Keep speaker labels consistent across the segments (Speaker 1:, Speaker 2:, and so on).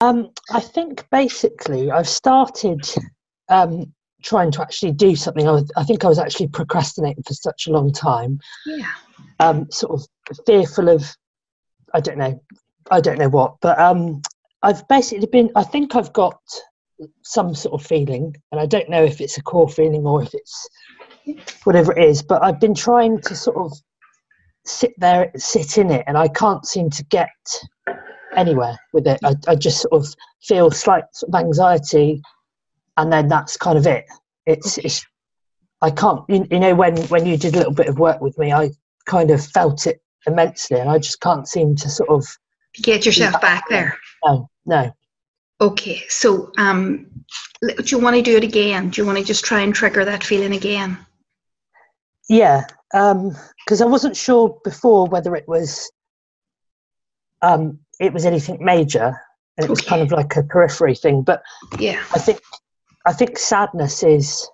Speaker 1: Um, I think basically I've started um, trying to actually do something. I, was, I think I was actually procrastinating for such a long time,
Speaker 2: Yeah.
Speaker 1: um, sort of fearful of, I don't know, I don't know what. But um, I've basically been, I think I've got some sort of feeling, and I don't know if it's a core feeling or if it's whatever it is, but I've been trying to sort of sit there, sit in it, and I can't seem to get anywhere with it. I, I just sort of feel slight sort of anxiety, and then that's kind of it. It's, it's I can't, you, you know, when when you did a little bit of work with me, I kind of felt it immensely, and I just can't seem to sort of
Speaker 2: Get yourself back there.
Speaker 1: no, no.
Speaker 2: Okay. So, um, l- do you want to do it again? Do you want to just try and trigger that feeling again?
Speaker 1: Yeah, because I wasn't sure before whether it was um, it was anything major, and it was kind of like a periphery thing. But
Speaker 2: Yeah.
Speaker 1: I think I think sadness is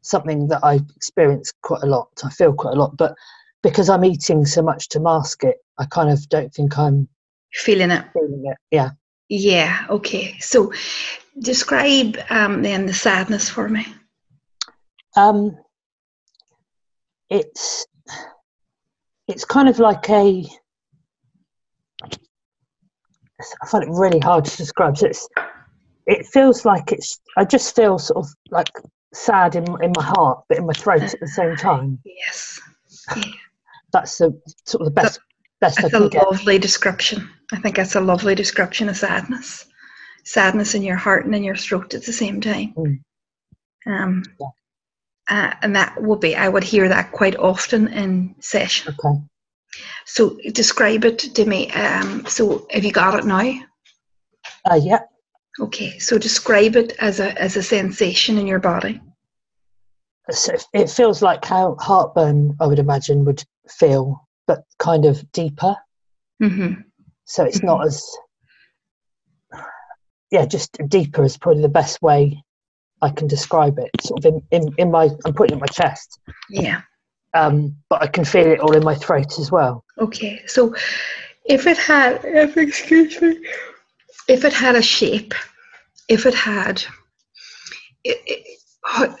Speaker 1: something that I experience quite a lot. I feel quite a lot, but because I'm eating so much to mask it, I kind of don't think I'm
Speaker 2: Feeling it.
Speaker 1: feeling it. Yeah.
Speaker 2: Yeah. Okay. So, describe um, then the sadness for me.
Speaker 1: Um, it's it's kind of like a. I find it really hard to describe. So it's it feels like it's. I just feel sort of like sad in in my heart, but in my throat at the same time.
Speaker 2: Yes. Yeah.
Speaker 1: That's the sort of the best best I
Speaker 2: That's a
Speaker 1: can get.
Speaker 2: lovely description. I think that's a lovely description of sadness. Sadness in your heart and in your throat at the same time.
Speaker 1: Mm.
Speaker 2: Um,
Speaker 1: Yeah.
Speaker 2: uh, and that would be, I would hear that quite often in session.
Speaker 1: Okay.
Speaker 2: So describe it to me. Um, so have you got it now?
Speaker 1: Uh, yeah.
Speaker 2: Okay. So describe it as a as a sensation in your body.
Speaker 1: So it- it feels like how heartburn I would imagine would feel, but kind of deeper.
Speaker 2: hmm
Speaker 1: so it's not
Speaker 2: Mm-hmm.
Speaker 1: as yeah just deeper is probably the best way i can describe it sort of in, in, in my i'm putting it in my chest
Speaker 2: Yeah.
Speaker 1: um, but i can feel it all in my throat as well
Speaker 2: Okay. So if it had, if excuse me, if it had a shape, if it had, it, it, how-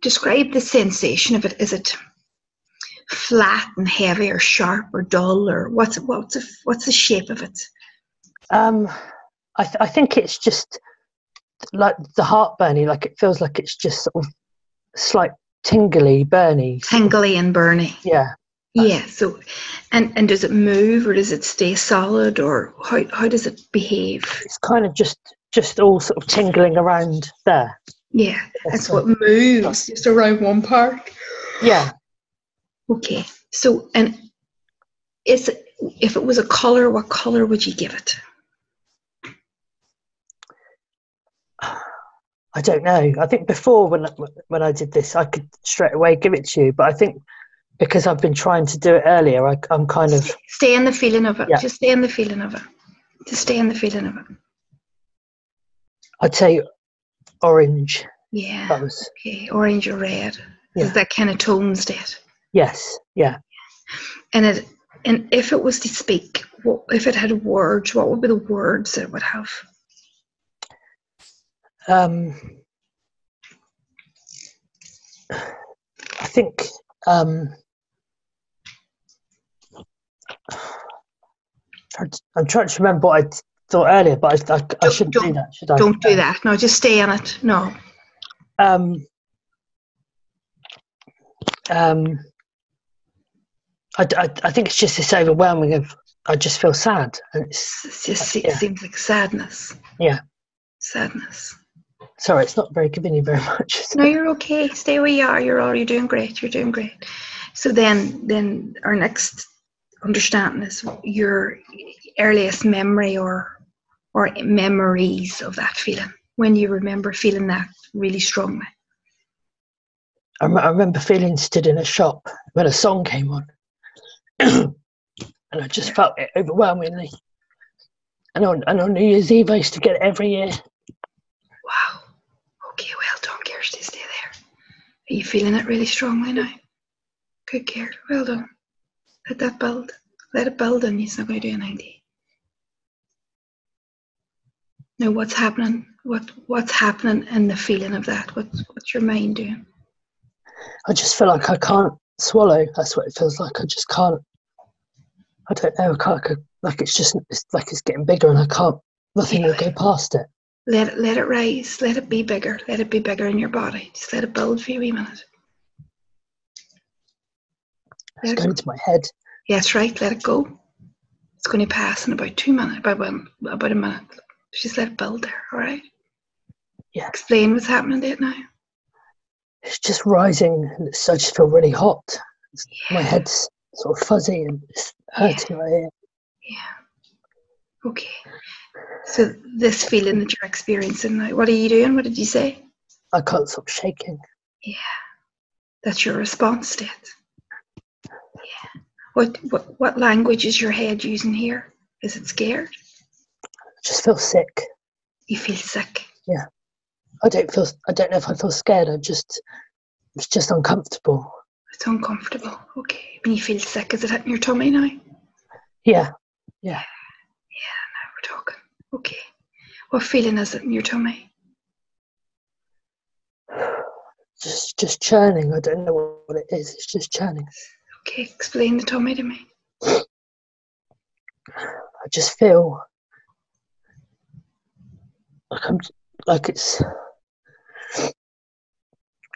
Speaker 2: describe the sensation of it. Is it flat and heavy, or sharp, or dull, or what's what's the, what's the shape of it?
Speaker 1: um, I, th- I think it's just like the heart burning like it feels like it's just sort of slight tingly burny
Speaker 2: Tingly and burny.
Speaker 1: yeah
Speaker 2: Yeah. So, and and does it move, or does it stay solid, or how how does it behave?
Speaker 1: it's kind of just just all sort of tingling around there
Speaker 2: Yeah, and so it moves just around one part.
Speaker 1: yeah
Speaker 2: Okay. So, and is it, if it was a color, what color would you give it?
Speaker 1: I don't know. I think before when when I did this, I could straight away give it to you, but I think because I've been trying to do it earlier, I, I'm kind of
Speaker 2: Stay in the feeling of it.
Speaker 1: Yeah.
Speaker 2: Just stay in the feeling of it. Just stay in the feeling of it.
Speaker 1: I'd say orange. That
Speaker 2: Yeah.
Speaker 1: was
Speaker 2: Okay. Orange or red.
Speaker 1: Yeah.
Speaker 2: Is that kind of tones to it?
Speaker 1: yes, yeah.
Speaker 2: And it, and if it was to speak, what, if it had words, what would be the words that it would have?
Speaker 1: Um, I think um, I'm tr- I'm trying to remember what I thought earlier, but I, I, I
Speaker 2: Don't-
Speaker 1: shouldn't do
Speaker 2: don't-
Speaker 1: that, should I?
Speaker 2: Don't do that. No, just stay in it. No.
Speaker 1: um, um, I, I, I think it's just this overwhelming of I just feel sad and it's
Speaker 2: It just se-
Speaker 1: Yeah.
Speaker 2: seems like sadness.
Speaker 1: Yeah.
Speaker 2: Sadness.
Speaker 1: sorry it's not very giving you very much is
Speaker 2: No,
Speaker 1: it?
Speaker 2: you're okay. Stay where you are. You're all. You're doing great. You're doing great. So then, then our next understanding is your earliest memory or or memories of that feeling when you remember feeling that really strongly.
Speaker 1: I, rem- I remember feeling stood in a shop when a song came on and I just felt it overwhelmingly and on, and on New Year's Eve I used to get it every year
Speaker 2: Wow. Okay. Well done, Kirsty. Stay there. Are you feeling it really strongly now? Good, Kirsty. Well done. Let that build. Let it build, and it's not going to do anything. to you. know what's happening, what what's happening, and the feeling of that. What what's your mind doing?
Speaker 1: I just feel like I can't swallow. That's what it feels like. I just can't. I don't know. I can't, I could- like it's just it's like it's getting bigger, and I can't. Nothing will go past it.
Speaker 2: Let it let it rise. Let it be bigger. Let it be bigger in your body. Just let it build for you a wee minute.
Speaker 1: It's
Speaker 2: Let it-
Speaker 1: going to my head.
Speaker 2: Yes, right. Let it go. It's going to pass in about two minutes, about one, about a minute. Just let it build there. All right.
Speaker 1: Yeah.
Speaker 2: Explain what's happening to it now.
Speaker 1: It's just rising, and it's, I just feel really hot. My head's sort of fuzzy and it's hurting my ear.
Speaker 2: Yeah. Okay. So this feeling that you're experiencing now, what are you doing? What did you say?
Speaker 1: I can't stop shaking.
Speaker 2: That's your response to it. Yeah. What what what language is your head using here? Is it scared?
Speaker 1: I just feel sick.
Speaker 2: You feel sick.
Speaker 1: I don't feel. I don't know if I feel scared. I just. It's just uncomfortable.
Speaker 2: It's uncomfortable. Okay. When you feel sick, is it hitting your tummy now?
Speaker 1: Yeah,
Speaker 2: We're talking. Okay. What feeling is it in your tummy?
Speaker 1: just just churning. I don't know what it is. It's just churning.
Speaker 2: Okay, explain the tummy to me.
Speaker 1: I just feel like I'm like it's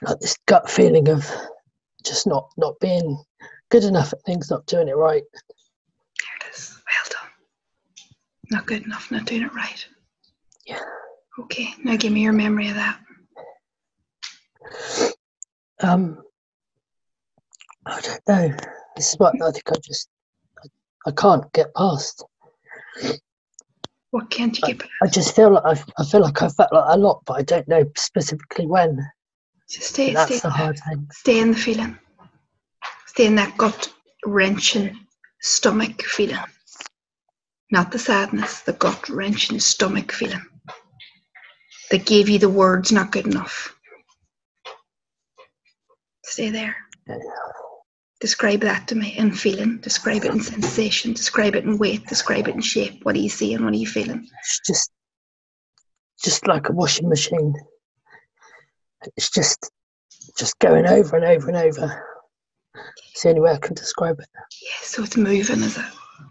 Speaker 1: like this gut feeling of just not not being good enough at things, not doing it right.
Speaker 2: There it is. Well done. Not good enough, not doing it right.
Speaker 1: Yeah.
Speaker 2: Okay, now give me your memory of that.
Speaker 1: Um, I don't know. This is what I think. I just I, I can't get past.
Speaker 2: What can't you get back?
Speaker 1: I just feel like I, I feel like I felt like a lot, but I don't know specifically when.
Speaker 2: Just stay, stay,
Speaker 1: That's the hard thing.
Speaker 2: stay in the feeling. Stay in that gut wrenching stomach feeling. Not the sadness, the gut wrenching stomach feeling that gave you the words not good enough. Stay there. Describe that to me in feeling. Describe it in sensation. Describe it in weight. Describe it in shape. What are you seeing? What are you feeling?
Speaker 1: It's just, just like a washing machine. It's just, just going over and over and over. It's the only way I can describe it.
Speaker 2: Yeah, so it's moving, is it?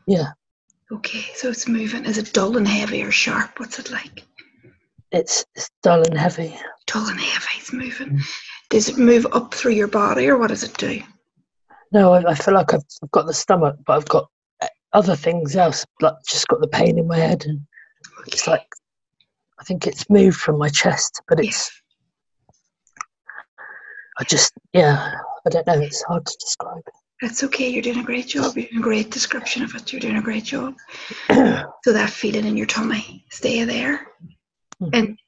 Speaker 1: Yeah,
Speaker 2: Okay, so it's moving. Is it dull and heavy or sharp? What's it like?
Speaker 1: it's, it's dull and heavy.
Speaker 2: Dull and heavy, it's moving. Does it move up through your body or what does it do?
Speaker 1: No, I, I feel like I've, I've got the stomach, but I've got uh, other things else. Like just got the pain in my head, and it's like I think it's moved from my chest, but it's
Speaker 2: Yes.
Speaker 1: I just yeah. I don't know. It's hard to describe.
Speaker 2: That's okay, you're doing a great job. You're doing a great description of it. You're doing a great job. so that feeling in your tummy, stay there.
Speaker 1: Mhm.
Speaker 2: And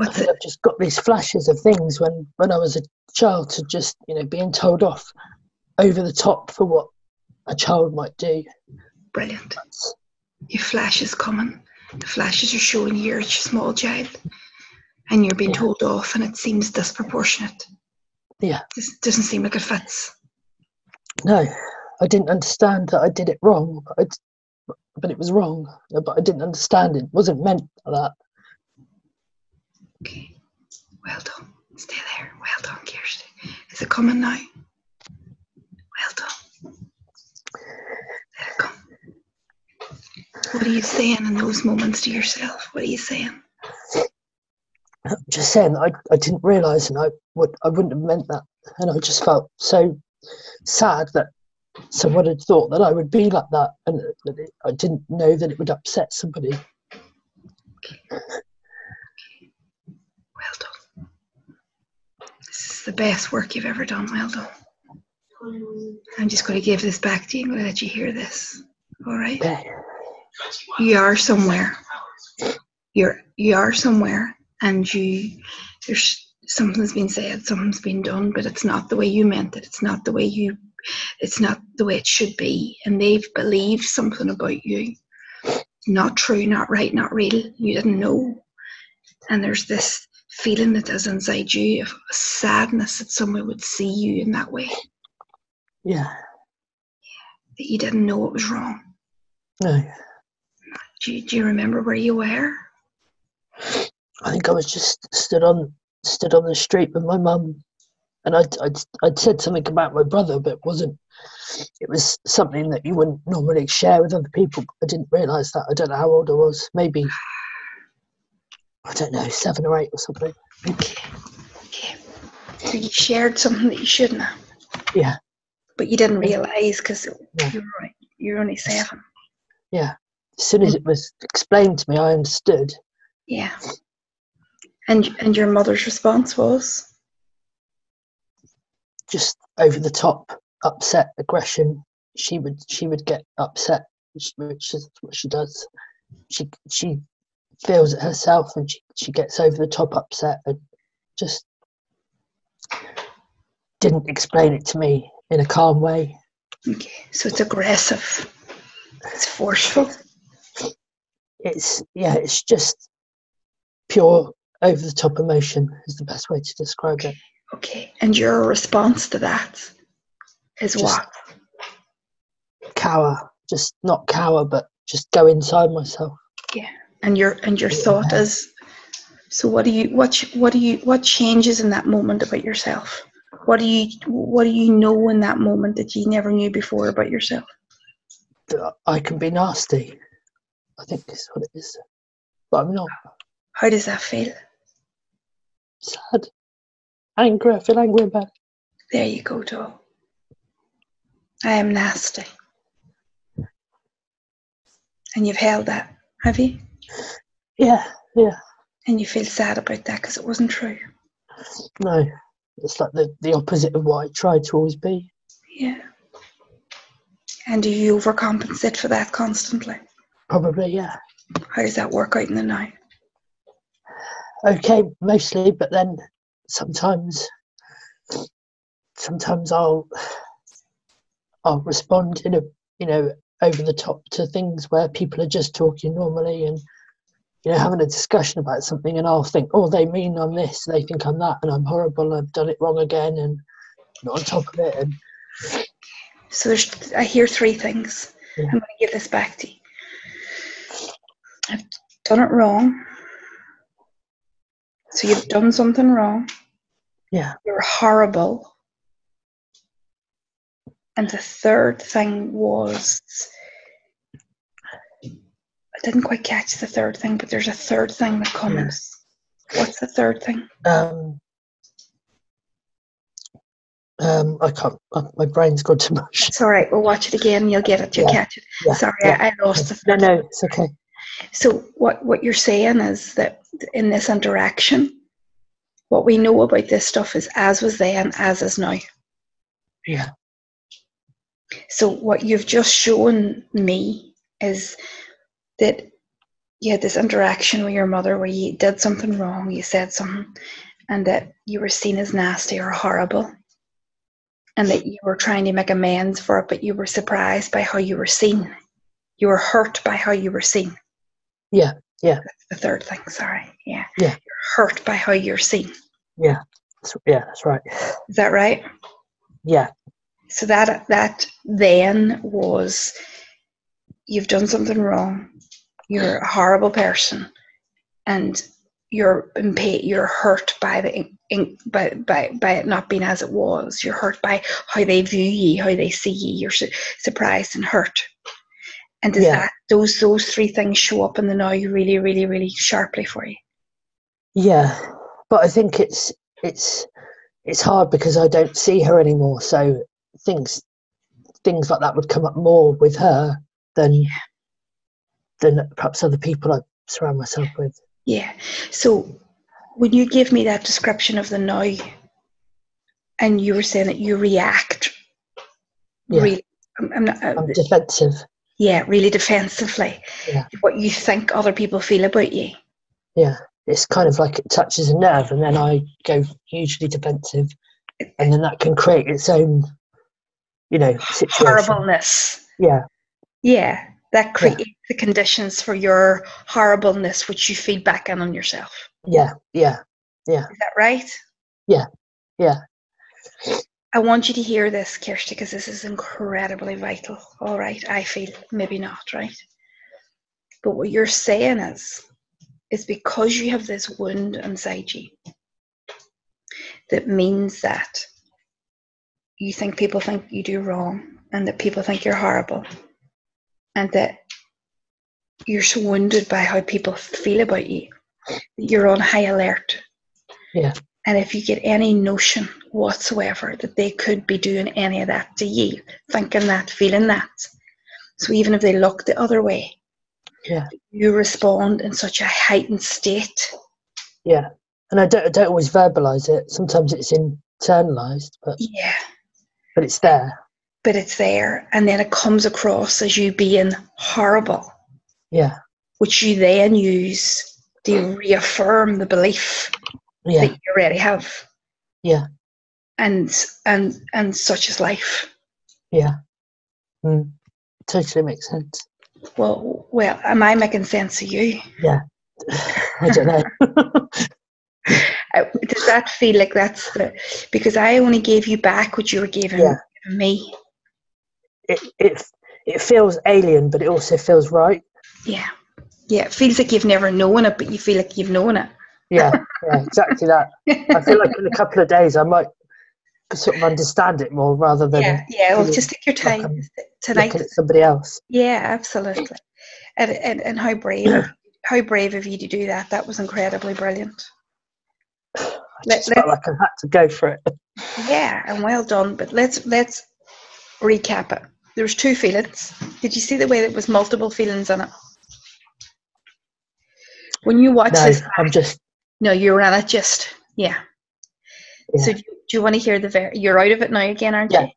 Speaker 1: I
Speaker 2: what's
Speaker 1: think
Speaker 2: it?
Speaker 1: I've just got these flashes of things when, when I was a child to just, you know, being told off over the top for what a child might do.
Speaker 2: Brilliant. Your flash is coming. The flashes are showing you're a small child and you're being
Speaker 1: Yeah.
Speaker 2: told off and it seems disproportionate.
Speaker 1: Yeah.
Speaker 2: This doesn't seem like it fits.
Speaker 1: No, I didn't understand that I did it wrong, but, I d- but it was wrong. But I didn't understand it. wasn't meant for that.
Speaker 2: Okay. Well done. Stay there. Well done, Kirsty. Is it coming now? Well done. Let it come. What are you saying in those moments to yourself? What are you saying?
Speaker 1: I'm just saying, that I, I didn't realise and I, would, I wouldn't have meant that. And I just felt so sad that someone had thought that I would be like that and that it, I didn't know that it would upset somebody.
Speaker 2: Well done. This is the best work you've ever done. Well done. I'm just going to give this back to you. I'm going to let you hear this. All right.
Speaker 1: Yeah.
Speaker 2: you are somewhere you're you are somewhere and you there's something's been said something's been done but it's not the way you meant it it's not the way you it's not the way it should be and they've believed something about you not true not right not real you didn't know and there's this feeling that is inside you of sadness that someone would see you in that way that
Speaker 1: yeah.
Speaker 2: you didn't know it was wrong
Speaker 1: No.
Speaker 2: Do you, do you remember where you were?
Speaker 1: I think I was just stood on stood on the street with my mum, and I'd, I'd I'd said something about my brother, but it wasn't. It was something that you wouldn't normally share with other people. I didn't realise that. I don't know how old I was. Maybe I don't know, seven or eight or something.
Speaker 2: Okay. Okay. So you shared something that you shouldn't have,
Speaker 1: Yeah,
Speaker 2: but you didn't realise because
Speaker 1: Yeah.
Speaker 2: you were only, you were only seven.
Speaker 1: yeah. As soon as it was explained to me, I understood.
Speaker 2: Yeah. And and your mother's response was.
Speaker 1: Just over the top, upset, aggression. She would she would get upset, which, which is what she does. She she feels it herself, and she she gets over the top upset and just didn't explain it to me in a calm way.
Speaker 2: Okay. So it's aggressive. It's forceful.
Speaker 1: It's yeah, it's just pure over the top emotion is the best way to describe it.
Speaker 2: Okay. And your response to that is
Speaker 1: Just-
Speaker 2: what?
Speaker 1: cower, just not cower, but just go inside myself.
Speaker 2: and your and your thought is so what do you what ch- what do you what changes in that moment about yourself what do you what do you know in that moment that you never knew before about yourself
Speaker 1: That I can be nasty. I think is what it is, but I'm not
Speaker 2: how does that feel
Speaker 1: sad, angry. I feel angry about it.
Speaker 2: there you go doll i am nasty and you've held that have you
Speaker 1: Yeah, yeah.
Speaker 2: and you feel sad about that because it wasn't true
Speaker 1: No, it's like the the opposite of what I try to always be.
Speaker 2: yeah and do you overcompensate for that constantly
Speaker 1: Probably, yeah.
Speaker 2: how does that work out in the now
Speaker 1: Okay, mostly, but then sometimes, sometimes I'll I'll respond in a you know over the top to things where people are just talking normally and you know having a discussion about something, and I'll think, oh, they mean I'm this, they think I'm that, and I'm horrible, and I've done it wrong again, and not on top of it, and
Speaker 2: So there's, I hear three things.
Speaker 1: Yeah.
Speaker 2: I'm going to give this back to you. I've done it wrong. So you've done something wrong.
Speaker 1: yeah,
Speaker 2: You're horrible. And the third thing was I didn't quite catch the third thing, but there's a third thing that comes. What's the third thing?
Speaker 1: um. Um, I can't. uh, My brain's gone to mush.
Speaker 2: It's all right. We'll watch it again. You'll get it. You'll
Speaker 1: Yeah.
Speaker 2: catch it.
Speaker 1: Yeah,
Speaker 2: Sorry,
Speaker 1: yeah.
Speaker 2: I, I lost the
Speaker 1: No,
Speaker 2: third
Speaker 1: no, it's okay.
Speaker 2: So what what you're saying is that in this interaction, what we know about this stuff is as was then, as is now.
Speaker 1: Yeah,
Speaker 2: So what you've just shown me is that you had this interaction with your mother where you did something wrong, you said something, and that you were seen as nasty or horrible. And that you were trying to make amends for it, but you were surprised by how you were seen. You were hurt by how you were seen.
Speaker 1: Yeah, yeah.
Speaker 2: That's the third thing, sorry. Yeah.
Speaker 1: Yeah.
Speaker 2: You're hurt by how you're seen.
Speaker 1: that's, yeah, that's right.
Speaker 2: Is that right?
Speaker 1: Yeah,
Speaker 2: so that that then was you've done something wrong you're a horrible person and you're impa- you're hurt by the in, in, by, by by it not being as it was you're hurt by how they view you how they see you you're su- surprised and hurt and does
Speaker 1: Yeah.
Speaker 2: that those those three things show up in the now really really really sharply for you
Speaker 1: yeah. But I think it's it's it's hard because I don't see her anymore. So things things like that would come up more with her than than perhaps other people I surround myself with.
Speaker 2: Yeah. So when you give me that description of the now, and you were saying that you react
Speaker 1: Yeah.
Speaker 2: really, I'm, I'm not, uh,
Speaker 1: I'm defensive.
Speaker 2: yeah, really defensively.
Speaker 1: Yeah.
Speaker 2: What you think other people feel about you.
Speaker 1: Yeah, it's kind of like it touches a nerve, and then I go hugely defensive, and then that can create its own, you know, situation.
Speaker 2: Horribleness.
Speaker 1: Yeah,
Speaker 2: Yeah. That
Speaker 1: Yeah.
Speaker 2: creates the conditions for your horribleness, which you feed back in on yourself.
Speaker 1: yeah, yeah,
Speaker 2: Is that right?
Speaker 1: Yeah, yeah.
Speaker 2: I want you to hear this, Kirsty, because this is incredibly vital. All right, I feel maybe not, right? But what you're saying is, is because you have this wound inside you, that means that you think people think you do wrong and that people think you're horrible and that you're so wounded by how people feel about you that you're on high alert.
Speaker 1: Yeah.
Speaker 2: And if you get any notion whatsoever that they could be doing any of that to you, thinking that, feeling that. So even if they look the other way,
Speaker 1: Yeah.
Speaker 2: you respond in such a heightened state.
Speaker 1: Yeah. And I don't, I don't always verbalize it. Sometimes it's internalized, but,
Speaker 2: Yeah.
Speaker 1: but it's there.
Speaker 2: But it's there. And then it comes across as you being horrible,
Speaker 1: Yeah.
Speaker 2: which you then use to reaffirm the belief
Speaker 1: Yeah.
Speaker 2: that you already have.
Speaker 1: Yeah.
Speaker 2: And and and such is life.
Speaker 1: Yeah. Mm. Totally makes sense.
Speaker 2: Well, well, am I making sense to you?
Speaker 1: I don't know.
Speaker 2: Uh, Does that feel like that's the because I only gave you back what you were giving
Speaker 1: Yeah.
Speaker 2: giving me?
Speaker 1: It, it, it feels alien, but it also feels right.
Speaker 2: Yeah, yeah. It feels like you've never known it, but you feel like you've known it.
Speaker 1: Yeah. Yeah. Exactly that. I feel like in a couple of days I might sort of understand it more rather than
Speaker 2: yeah, yeah. Well,
Speaker 1: feeling
Speaker 2: just take your
Speaker 1: like
Speaker 2: time
Speaker 1: I'm
Speaker 2: tonight.
Speaker 1: looking at somebody else.
Speaker 2: Yeah, absolutely. And and, and how brave, how brave of you to do that. That was incredibly brilliant.
Speaker 1: I
Speaker 2: Let-
Speaker 1: just felt like I had to go for it.
Speaker 2: Yeah, and well done. But let's let's recap it. There's two feelings. Did you see the way that was multiple feelings in it? When you watch
Speaker 1: No,
Speaker 2: this,
Speaker 1: I'm just
Speaker 2: no, you're on it. Just yeah.
Speaker 1: Yeah.
Speaker 2: So do you, do you want to hear the ver- You're out of it now again, aren't
Speaker 1: Yeah.
Speaker 2: you?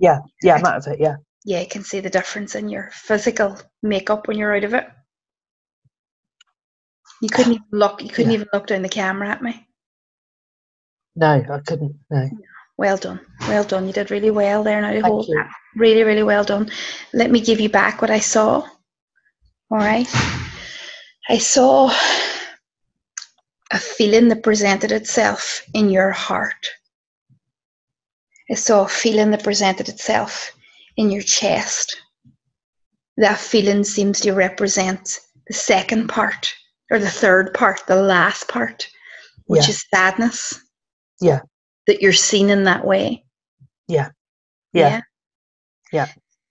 Speaker 1: yeah, yeah, I'm out of it. Yeah,
Speaker 2: Yeah, you can see the difference in your physical makeup when you're out of it. You couldn't even look. You couldn't
Speaker 1: Yeah.
Speaker 2: even look down the camera at me.
Speaker 1: no, I couldn't. No,
Speaker 2: Well done. Well done. You did really well there. Now to
Speaker 1: thank
Speaker 2: hold
Speaker 1: you.
Speaker 2: really, really well done. Let me give you back what I saw. All right. I saw a feeling that presented itself in your heart. I saw a feeling that presented itself in your chest. That feeling seems to represent the second part or the third part, the last part, which
Speaker 1: Yeah.
Speaker 2: is sadness.
Speaker 1: Yeah.
Speaker 2: That you're seen in that way.
Speaker 1: Yeah, Yeah.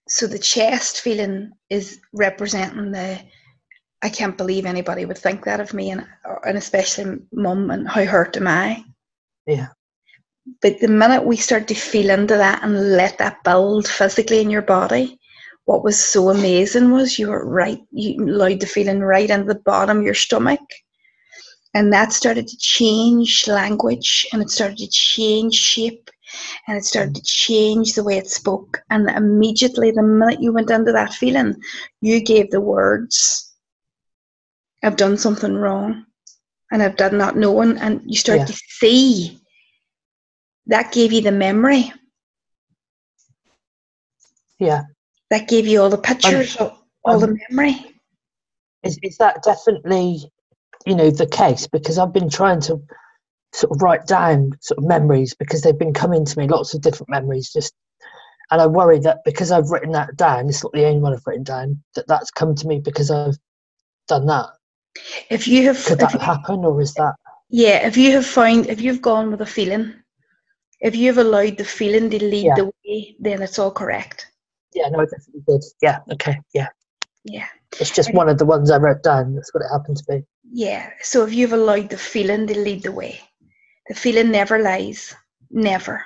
Speaker 2: So the chest feeling is representing the I can't believe anybody would think that of me, and and especially mum, and how hurt am I?
Speaker 1: Yeah.
Speaker 2: But the minute we start to feel into that and let that build physically in your body, what was so amazing was you were right, you allowed the feeling right into the bottom of your stomach. And that started to change language and it started to change shape and it started to change the way it spoke. And immediately, the minute you went into that feeling, you gave the words, I've done something wrong and I've done not knowing. And you started
Speaker 1: Yeah.
Speaker 2: to see that gave you the memory,
Speaker 1: yeah.
Speaker 2: that gave you all the pictures, all- all
Speaker 1: um,
Speaker 2: the memory.
Speaker 1: Is is that definitely you know the case? Because I've been trying to sort of write down sort of memories because they've been coming to me lots of different memories just. And I worry that because I've written that down, it's not the only one I've written down, that that's come to me because I've done that.
Speaker 2: If you have,
Speaker 1: Could
Speaker 2: if
Speaker 1: that
Speaker 2: you-
Speaker 1: happen or is that
Speaker 2: yeah, if you have found, if you've gone with a feeling, if you've allowed the feeling to lead
Speaker 1: Yeah.
Speaker 2: the way, then it's all correct.
Speaker 1: Yeah, no, I definitely did. Yeah, okay, yeah.
Speaker 2: Yeah.
Speaker 1: It's just one of the ones I wrote down. That's what it happened to be.
Speaker 2: Yeah. So if you've allowed the feeling to lead the way, the feeling never lies, never.